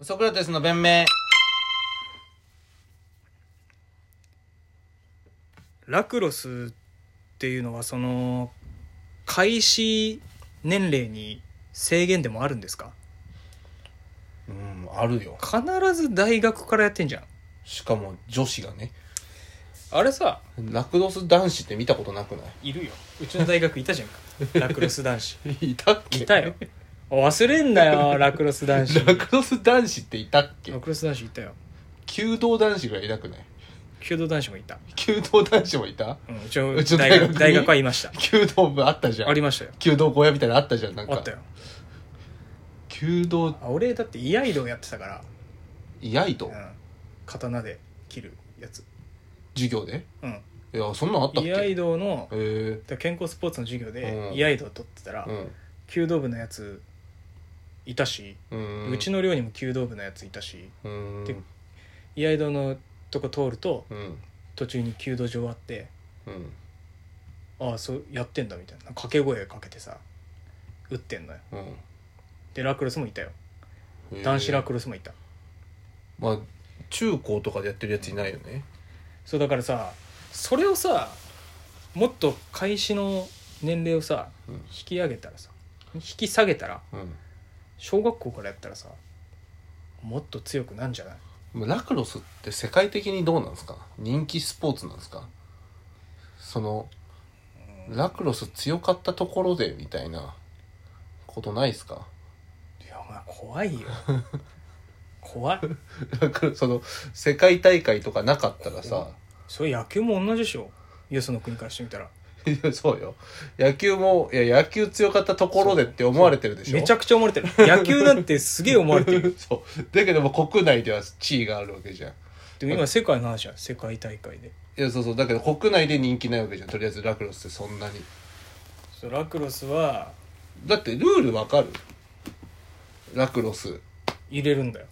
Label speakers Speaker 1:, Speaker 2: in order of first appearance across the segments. Speaker 1: ソクラテスの弁明
Speaker 2: ラクロスっていうのはその開始年齢に制限でもあるんですか
Speaker 1: うんあるよ
Speaker 2: 必ず大学からやってんじゃん
Speaker 1: しかも女子がね
Speaker 2: あれさ
Speaker 1: ラクロス男子って見たことなくない
Speaker 2: るようちの大学いたじゃんか ラクロス男子
Speaker 1: いいたっけ
Speaker 2: いたよ忘れんな よラクロス男子
Speaker 1: ラクロス男子っていたっけ
Speaker 2: ラクロス男子いたよ
Speaker 1: 弓道男子ぐらいいなくない
Speaker 2: 弓道男子もいた、
Speaker 1: 弓道男子もいた
Speaker 2: うん、うちの
Speaker 1: うちの
Speaker 2: 大
Speaker 1: 大学
Speaker 2: 学
Speaker 1: に
Speaker 2: 大学はいました
Speaker 1: 弓道部あったじゃん
Speaker 2: ありましたよ
Speaker 1: 弓道小屋みたいなのあったじゃんなん
Speaker 2: あっ
Speaker 1: か
Speaker 2: たよ
Speaker 1: 弓道
Speaker 2: あ俺だって居合道やってたから、
Speaker 1: 居合と
Speaker 2: うん、刀で切るやつ
Speaker 1: 授業で
Speaker 2: うん
Speaker 1: いやそんなんあったっけ
Speaker 2: 居合道の
Speaker 1: へえ
Speaker 2: だから健康スポーツの授業
Speaker 1: う
Speaker 2: で
Speaker 1: ん
Speaker 2: 居合道を取ってたら
Speaker 1: うん
Speaker 2: 弓道部のやついたし、
Speaker 1: うん
Speaker 2: うちの寮にも弓道部のやついたし
Speaker 1: うん
Speaker 2: で居合道のとこ通ると
Speaker 1: うん
Speaker 2: 途中に弓道場あって
Speaker 1: うん
Speaker 2: ああそうやってんだみたいな掛け声かけてさ打ってんのよ
Speaker 1: うん
Speaker 2: でラクロスもいたよ
Speaker 1: へえ
Speaker 2: 男子ラクロスもいた
Speaker 1: まあ中高とかでやってるやついないよね
Speaker 2: そうだからさそれをさもっと開始の年齢をさ
Speaker 1: うん
Speaker 2: 引き上げたらさ引き下げたら
Speaker 1: うん
Speaker 2: 小学校からやったらさもっと強くなんじゃない
Speaker 1: ラクロスって世界的にどうなんですか人気スポーツなんですかそのラクロス強かったところでみたいなことないですか
Speaker 2: いやお前怖いよ 怖い
Speaker 1: ラクロスその世界大会とかなかったらさ
Speaker 2: それ野球も同じでしょよその国からしてみたら
Speaker 1: いやそうよ野球もいや野球強かったところでって思われてるでしょ
Speaker 2: めちゃくちゃ思われてる野球なんてすげえ思われてる
Speaker 1: そうだけども国内では地位があるわけじゃん
Speaker 2: でも今世界の話や世界大会で
Speaker 1: いやそうそうだけど国内で人気ないわけじゃんとりあえずラクロスってそんなに
Speaker 2: そうラクロスは
Speaker 1: だってルールわかるラクロス
Speaker 2: 入れるんだよ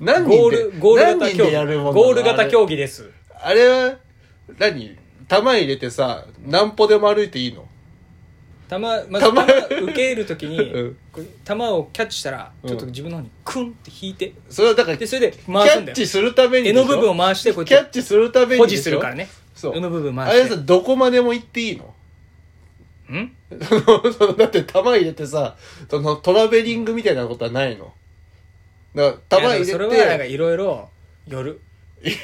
Speaker 1: 何人
Speaker 2: ゴー
Speaker 1: で
Speaker 2: ルゴール
Speaker 1: 何
Speaker 2: 型
Speaker 1: 人
Speaker 2: 競
Speaker 1: でや
Speaker 2: 技
Speaker 1: るもんなの
Speaker 2: ゴール型競技です
Speaker 1: あれあれは何玉入れてさ何歩でも歩いていいの
Speaker 2: 球ま
Speaker 1: 球
Speaker 2: ず球受けるとき に、
Speaker 1: うん
Speaker 2: こう球をキャッチしたら
Speaker 1: うん
Speaker 2: ちょっと自分の方にクンって引いて
Speaker 1: それはだから
Speaker 2: で
Speaker 1: キ
Speaker 2: それで
Speaker 1: ャ
Speaker 2: 回すんだ
Speaker 1: ッ
Speaker 2: よ
Speaker 1: チするために
Speaker 2: 柄
Speaker 1: でしょ
Speaker 2: の部分を回してこう
Speaker 1: キ
Speaker 2: や
Speaker 1: ャ
Speaker 2: っ
Speaker 1: ッチするため
Speaker 2: て
Speaker 1: に
Speaker 2: 保
Speaker 1: でしょ
Speaker 2: 持するからね
Speaker 1: そう
Speaker 2: 柄の部分
Speaker 1: あ
Speaker 2: 回
Speaker 1: れ
Speaker 2: し
Speaker 1: さ
Speaker 2: て
Speaker 1: どこまでも行っていいの
Speaker 2: ん
Speaker 1: そのだって玉入れてさそのトラベリングみたいなことはないのだから玉入
Speaker 2: いや
Speaker 1: れ
Speaker 2: で
Speaker 1: て
Speaker 2: もそれはなんかいろいろよ る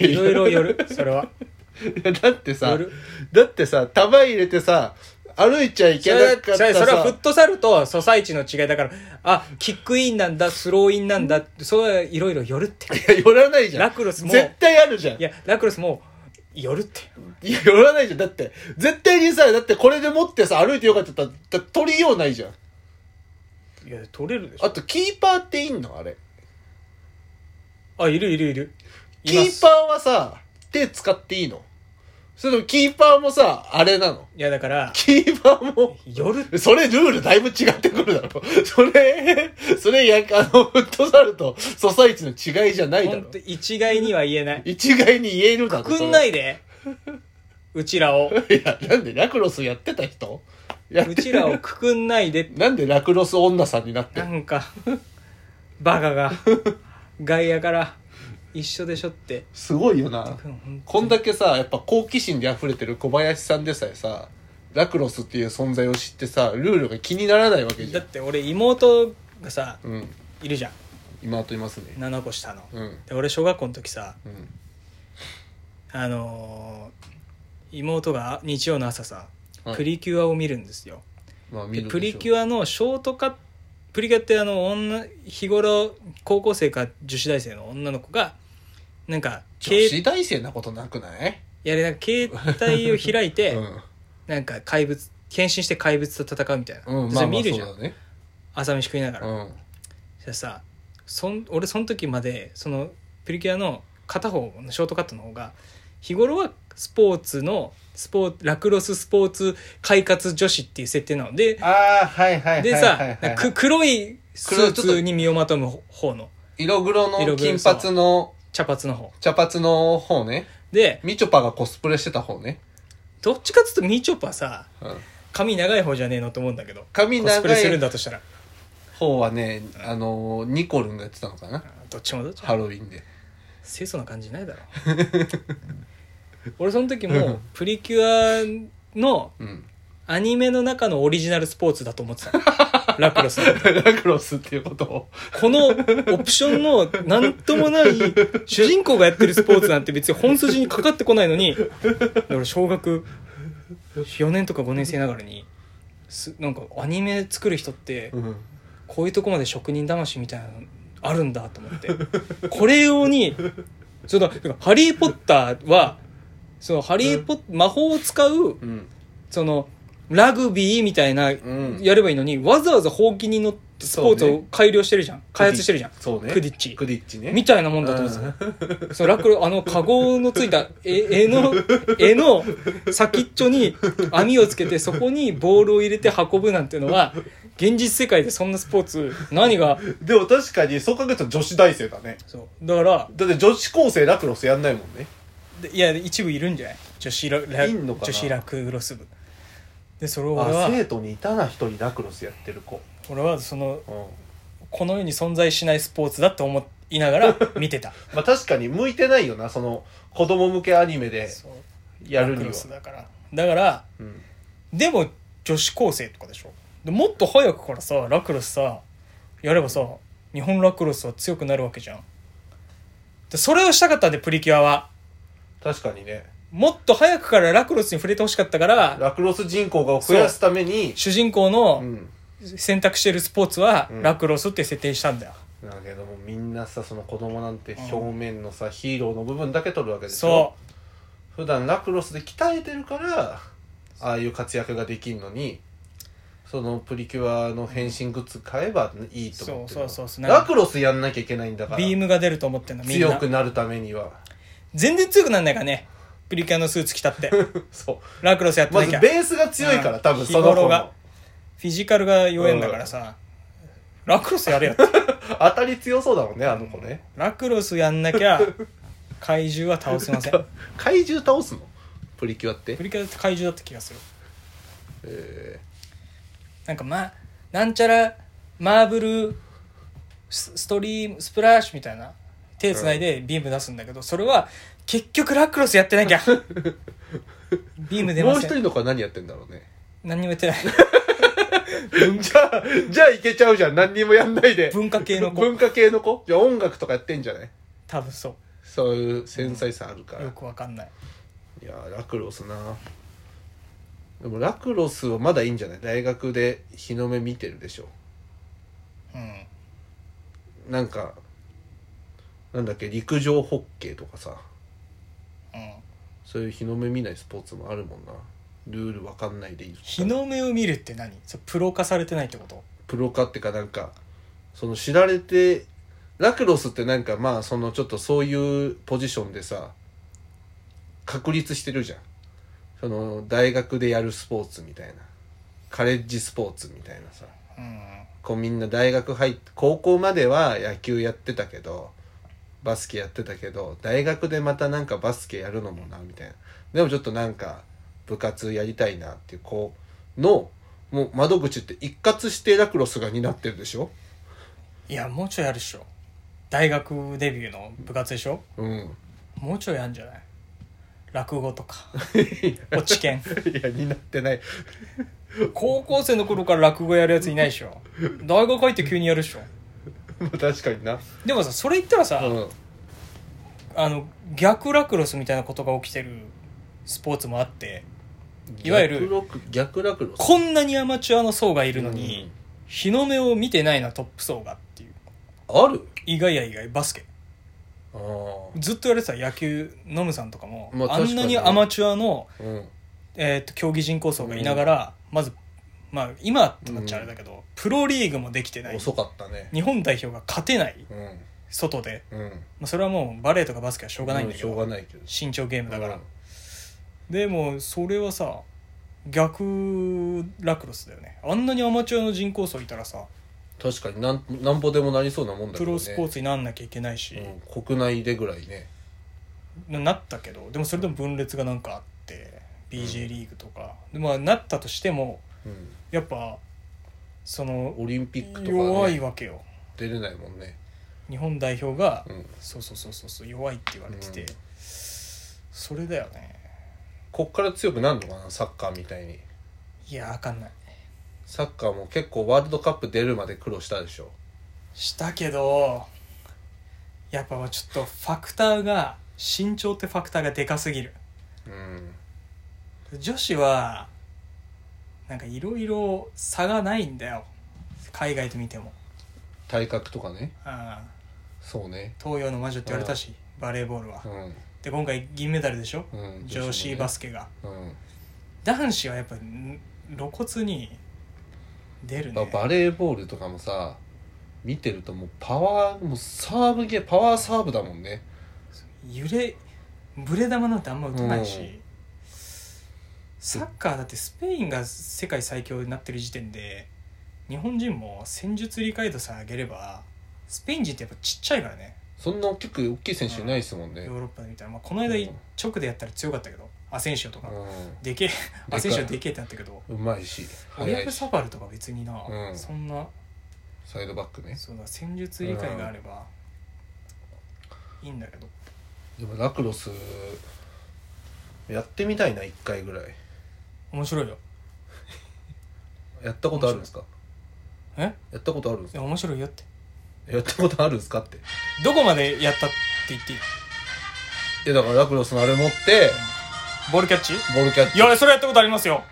Speaker 2: いろいろよるそれはい
Speaker 1: や だってさ
Speaker 2: よる
Speaker 1: だってさ玉入れてさ歩いちゃい
Speaker 2: そ
Speaker 1: け
Speaker 2: れ
Speaker 1: な
Speaker 2: は
Speaker 1: かった
Speaker 2: それ
Speaker 1: さ
Speaker 2: はフットサルとソサイチの違いだからあキックインなんだスローインなんだってそういろいろよるって
Speaker 1: いや寄らないじゃん
Speaker 2: ラクロスも
Speaker 1: 絶対あるじゃん
Speaker 2: いやラクロスもよるって
Speaker 1: いや、寄らないじゃん。だって、絶対にさ、だってこれで持ってさ、歩いてよかったら、だ取りようないじゃん。
Speaker 2: いや取れるでしょ
Speaker 1: あと、キーパーっていんのあれ。
Speaker 2: あいるいるいるい
Speaker 1: キ
Speaker 2: ます
Speaker 1: ーパーはさ、手使っていいのそれともキーパーもさ、あれなの
Speaker 2: いやだから
Speaker 1: キーパーも、
Speaker 2: よる
Speaker 1: それルールだいぶ違ってくるだろ。それ、それや、あの、フットサルとソサイチの違いじゃないだ
Speaker 2: 本
Speaker 1: ろ
Speaker 2: 当。一概には言えない
Speaker 1: 一概に言えるだろ。。
Speaker 2: くんないいでうちら
Speaker 1: い
Speaker 2: を
Speaker 1: や、なんでラクロスやってた人やって
Speaker 2: うちらをくくんないで
Speaker 1: なんでラクロス女さんになってん
Speaker 2: な
Speaker 1: の
Speaker 2: んかバカが外野から一緒でしょって
Speaker 1: すごいよな。こんだけさやっぱ好奇心で溢れてる小林さんでさえさラクロスっていう存在を知ってさルールが気にならないわけじ
Speaker 2: だ
Speaker 1: ゃ
Speaker 2: っ
Speaker 1: ん
Speaker 2: て俺妹がさ
Speaker 1: うん
Speaker 2: いるじゃん
Speaker 1: 今といますね
Speaker 2: 7個下の
Speaker 1: うん
Speaker 2: で俺小学校の時さ
Speaker 1: うん
Speaker 2: あのー妹が日曜の朝さ、
Speaker 1: はい
Speaker 2: プリキュアを見るんですよ
Speaker 1: まあ見
Speaker 2: で
Speaker 1: る
Speaker 2: プリキ
Speaker 1: ュ
Speaker 2: ュアのショートカットプリキュアってあの女日頃高校生か女子大生の女の子がなんか
Speaker 1: 女
Speaker 2: 携
Speaker 1: 子大生なことなくない
Speaker 2: やれなんか携帯を開いて、
Speaker 1: うん
Speaker 2: なんか怪物献身して怪物と戦うみたいな、
Speaker 1: うん
Speaker 2: で
Speaker 1: まあ
Speaker 2: それ
Speaker 1: まあ
Speaker 2: 見
Speaker 1: そ
Speaker 2: るじ
Speaker 1: う
Speaker 2: ゃん、
Speaker 1: だね
Speaker 2: 朝飯食いなが
Speaker 1: う
Speaker 2: ら、
Speaker 1: ん
Speaker 2: そしたらさそん俺その時までそのプリキュアの片方のショートカットの方が日頃はスポーツのスポーラクロススポーツ快活女子っていう設定なので
Speaker 1: ああはいはい
Speaker 2: でさ、く黒いスー
Speaker 1: 黒いちょっと
Speaker 2: ツに身をまとむ方の
Speaker 1: 色黒
Speaker 2: 色
Speaker 1: の
Speaker 2: 黒
Speaker 1: 金髪の
Speaker 2: 茶髪の方
Speaker 1: 茶髪の方ね
Speaker 2: で
Speaker 1: みちょぱがコスプレしてた方ね
Speaker 2: どっちかっつうとみちょぱさ
Speaker 1: うん
Speaker 2: 髪長い方じゃねえのと思うんだけど
Speaker 1: 髪
Speaker 2: コスプレ
Speaker 1: 長
Speaker 2: するん
Speaker 1: い
Speaker 2: だとしたら
Speaker 1: 方はね、あの、ニコルンがやってたのかな
Speaker 2: どっちもどっちも
Speaker 1: ハロウィンで。
Speaker 2: 清楚な感じないだろ 俺その時もプリキュアの
Speaker 1: うん。
Speaker 2: アニメの中のオリジナルスポーツだと思ってたラクロスの
Speaker 1: ラクロスっていうことを。
Speaker 2: このオプションのなんともない主人公がやってるスポーツなんて別に本筋にかかってこないのに俺小学4年とか5年生ながらにすなんかアニメ作る人って
Speaker 1: うん。
Speaker 2: こういうとこまで職人魂みたいなのあるんだと思って。これ用に、その、ハリーポッターは、その、ハリーポッ、魔法を使う、
Speaker 1: うん。
Speaker 2: その、ラグビーみたいな、
Speaker 1: ん
Speaker 2: やればいいのに、わざわざほうきに乗ってスポーツ
Speaker 1: そう
Speaker 2: を
Speaker 1: ね
Speaker 2: 改良してるじゃん。開発してるじゃん。
Speaker 1: そうね。
Speaker 2: クディッチ
Speaker 1: クディッチね。
Speaker 2: みたいなもんだと思ってた。そのラクロ、あの、カゴのついた絵絵の、絵の先っちょに網をつけて、そこにボールを入れて運ぶなんてのは、現実世界でそんなスポーツ、何が
Speaker 1: うん でも確かに、そう考えると女子大生だね。
Speaker 2: そうだから
Speaker 1: だって女子高生ラクロスやんないもんね。
Speaker 2: でいや一部いるんじゃない女子ララ
Speaker 1: いんのかな
Speaker 2: 女子ラクロス部でそれを俺
Speaker 1: あ、
Speaker 2: は
Speaker 1: 生徒にいたな、一人ラクロスやってる子。
Speaker 2: 俺はその
Speaker 1: うん。
Speaker 2: この世に存在しないスポーツだと思いながら 見てた
Speaker 1: まあ確かに向いてないよな、その、子供向けアニメで
Speaker 2: そう
Speaker 1: や
Speaker 2: ラ
Speaker 1: る
Speaker 2: ク
Speaker 1: に
Speaker 2: ロ
Speaker 1: は。
Speaker 2: スだからだから
Speaker 1: うん。
Speaker 2: でも女子高生とかでしょでもっと早くからさラクロスさやればさ日本ラクロスは強くなるわけじゃんでそれをしたかったんでプリキュアは
Speaker 1: 確かにね。
Speaker 2: もっと早くからラクロスに触れてほしかったから
Speaker 1: ラクロス人口を増やすために、
Speaker 2: 主人公の、
Speaker 1: うん。
Speaker 2: 選択してるスポーツは
Speaker 1: うん
Speaker 2: ラクロスって設定したんだよ、
Speaker 1: だけどもみんなさその子供なんて表面のさ、ヒーローの部分だけ取るわけでし
Speaker 2: そ
Speaker 1: ょ普段ラクロスで鍛えてるからああいう活躍ができるのにそのプリキュアの変身グッズ買えばいいと思ってる
Speaker 2: そうそうそうそう
Speaker 1: ラクロスやんなきゃいけないんだ
Speaker 2: う
Speaker 1: から
Speaker 2: ビームが出ると思ってんのみん
Speaker 1: 強
Speaker 2: な
Speaker 1: くなるためには
Speaker 2: 全然強くなんないからねプリキュアのスーツ着たって
Speaker 1: そ
Speaker 2: ラクロスやっ
Speaker 1: う
Speaker 2: て
Speaker 1: ま
Speaker 2: な
Speaker 1: ず
Speaker 2: きゃ、フ
Speaker 1: ベースが強いから、
Speaker 2: うん
Speaker 1: 多分その
Speaker 2: 日
Speaker 1: 子
Speaker 2: 頃
Speaker 1: の
Speaker 2: がィジカルが弱いんだからさ、ラクロスやれ よって
Speaker 1: 当たり強そうだもんねあの子ね、
Speaker 2: ラクロスやんなきゃ怪獣は倒せ ません
Speaker 1: 怪獣倒すのプリキュアって
Speaker 2: プリキュアって怪獣だった気がする
Speaker 1: え
Speaker 2: なんかまあなんちゃらマーブルスストリームスプラッシュみたいな手つないでビーム出すんだけど、それは結局ラクロスやってな きゃビーム
Speaker 1: ー
Speaker 2: 出
Speaker 1: もう
Speaker 2: ま
Speaker 1: 一
Speaker 2: せん
Speaker 1: 人の子は何やってんだろうね
Speaker 2: 何にもやってない
Speaker 1: じゃあ、じゃあいけちゃうじゃん。何にもやんないで。
Speaker 2: 文化系の子
Speaker 1: 文化系の子じゃあ音楽とかやってんじゃない
Speaker 2: 多分そ
Speaker 1: そういう繊細さあるから。
Speaker 2: うよくわかんない
Speaker 1: いやーラクロスなでもラクロスはまだいいんじゃない大学で日の目見てるでしょ。
Speaker 2: うん
Speaker 1: なんか、なんだっけ、陸上ホッケーとかさ、
Speaker 2: うん
Speaker 1: そういう日の目見ないスポーツもあるもんな。ルールわかんないでいい。
Speaker 2: 日の目を見るって何それプロ化されてないってこと
Speaker 1: プロ化ってかなんかその知られてラクロスってなんかまあそのちょっとそういうポジションでさ確立してるじゃんその大学でやるスポーツみたいなカレッジスポーツみたいなさ
Speaker 2: うん
Speaker 1: こうみんな大学入って高校までは野球やってたけどバスケやってたけど大学でまたなんかバスケやるのもなみたいなでもちょっとなんか部活やりたいなっていう子のもう窓口って一括してラクロスが担ってるでしょ
Speaker 2: いやもうちょいやるっしょ大学デビューの部活でしょ
Speaker 1: うん
Speaker 2: もうちょいやんじゃない落語とか落 ち研
Speaker 1: いや担ってない
Speaker 2: 高校生の頃から落語やるやついないでしょ大学入って急にやるでしょ
Speaker 1: まあ確かにな
Speaker 2: でもさそれ言ったらさ、
Speaker 1: うん
Speaker 2: あの逆ラクロスみたいなことが起きてるスポーツもあっていわゆる
Speaker 1: 逆ロク逆ラクロス
Speaker 2: こんなにアマチュアの層がいるの
Speaker 1: う
Speaker 2: に
Speaker 1: ん、
Speaker 2: 日の目を見てないなトップ層がっていう
Speaker 1: ある
Speaker 2: 意外や意外バスケ
Speaker 1: あ
Speaker 2: ずっと言われてた野球ノムさんとかも、
Speaker 1: まあ
Speaker 2: あんな
Speaker 1: 確かに
Speaker 2: に
Speaker 1: ね
Speaker 2: アマチュアの、
Speaker 1: あうん
Speaker 2: えーっと競技人口層がいながら、まず、まあ、今となっちゃあれだけど、プロリーグもできてない
Speaker 1: 遅かったね
Speaker 2: 日本代表が勝てない
Speaker 1: うん
Speaker 2: 外で、
Speaker 1: うん
Speaker 2: まあ、それはもうバレーとかバスケはしょうがないんだけ
Speaker 1: しょ
Speaker 2: ど、
Speaker 1: うがないけど
Speaker 2: 身長ゲームだから、
Speaker 1: うん
Speaker 2: でもそれはさ逆ラクロスだよねあんなにアマチュアの人口層いたらさ
Speaker 1: 確かになんなんぼでもなりそうなもんだけ
Speaker 2: プ
Speaker 1: ど、ね、
Speaker 2: ロスポーツになんなきゃいけないし、
Speaker 1: うん、国内でぐらいね
Speaker 2: ななったけどでもそれでも分裂がなんかあって BJ リーグとか、でまあ、なったとしても
Speaker 1: うん
Speaker 2: やっぱその
Speaker 1: オリンピックと
Speaker 2: 弱
Speaker 1: か、
Speaker 2: い
Speaker 1: ね、
Speaker 2: わけよ
Speaker 1: 出れないもんね、
Speaker 2: 日本代表が、
Speaker 1: うん、
Speaker 2: そうそうそうそうそう弱いって言われてて、
Speaker 1: うん
Speaker 2: それだよね
Speaker 1: こっから強くなるのかなサッカーみたいに
Speaker 2: いやわかんない
Speaker 1: サッカーも結構ワールドカップ出るまで苦労したでしょ
Speaker 2: したけどやっぱもうちょっとファクターが身長ってファクターがでかすぎる
Speaker 1: うん
Speaker 2: 女子はなんかいろいろ差がないんだよ海外と見ても、
Speaker 1: 体格とかね
Speaker 2: うん、
Speaker 1: そうね
Speaker 2: 東洋の魔女って言われたしバレーボールは
Speaker 1: うん
Speaker 2: で今回銀メダルでしょ
Speaker 1: うん
Speaker 2: 女子バスケが
Speaker 1: ケ、うん
Speaker 2: 男子はやっぱん露骨に出る
Speaker 1: まあ
Speaker 2: ね
Speaker 1: バレーボールとかもさ見てるともうパワーもうサーブゲーパワーサーブだもんね
Speaker 2: 揺れブレ玉なんてあんま打たないし、
Speaker 1: うん
Speaker 2: サッカーだってスペインが世界最強になってる時点で日本人も戦術理解度さえ上げればスペイン人ってやっぱちっちゃいからね
Speaker 1: そんな大きく大きい選手いないですもん
Speaker 2: ヨ
Speaker 1: ね、
Speaker 2: ーロッパみたいな、まあ、この間
Speaker 1: うん
Speaker 2: 直でやったら強かったけどアセンシオとか、
Speaker 1: う
Speaker 2: でけえ
Speaker 1: かい
Speaker 2: アセンシオでけえってなったけど
Speaker 1: ん、うまいし
Speaker 2: オリ
Speaker 1: 速
Speaker 2: ア
Speaker 1: い
Speaker 2: プ
Speaker 1: し
Speaker 2: サバルとか別にな、
Speaker 1: うん
Speaker 2: そんな
Speaker 1: サイドバックね
Speaker 2: そうだ戦術理解があればいいんだけど
Speaker 1: でもラクロスやってみたいな1回ぐらい
Speaker 2: 面白いよ
Speaker 1: やったことあるんですか
Speaker 2: え
Speaker 1: やったことあるんです
Speaker 2: い
Speaker 1: か
Speaker 2: や面白いよって
Speaker 1: やったことあるんですかって
Speaker 2: どこまでやったって言っていい
Speaker 1: いやだからラクロスのあれ持って
Speaker 2: ボールキャッチい
Speaker 1: ボールキャッチ
Speaker 2: やそれやったことありますよ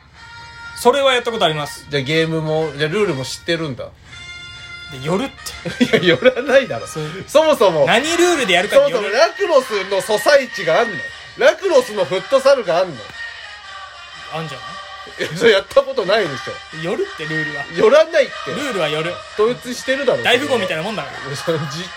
Speaker 2: それはやったことあります
Speaker 1: じゃあゲームもじゃあルールも知ってる んだ
Speaker 2: で夜って
Speaker 1: いや寄らないだろ
Speaker 2: そういう
Speaker 1: そもそも
Speaker 2: 何ルールでやる
Speaker 1: そ
Speaker 2: か
Speaker 1: も
Speaker 2: によ
Speaker 1: そも
Speaker 2: る
Speaker 1: ラクロスのソサイチがあんのラクロスのフットサルがあんのい
Speaker 2: あんじゃ
Speaker 1: やそれやったことないでし
Speaker 2: ない夜ってルールは
Speaker 1: ょ寄らないって
Speaker 2: ルールは夜
Speaker 1: 統一してるだろ
Speaker 2: 大富豪みた
Speaker 1: い
Speaker 2: いなもんだか ら
Speaker 1: なその実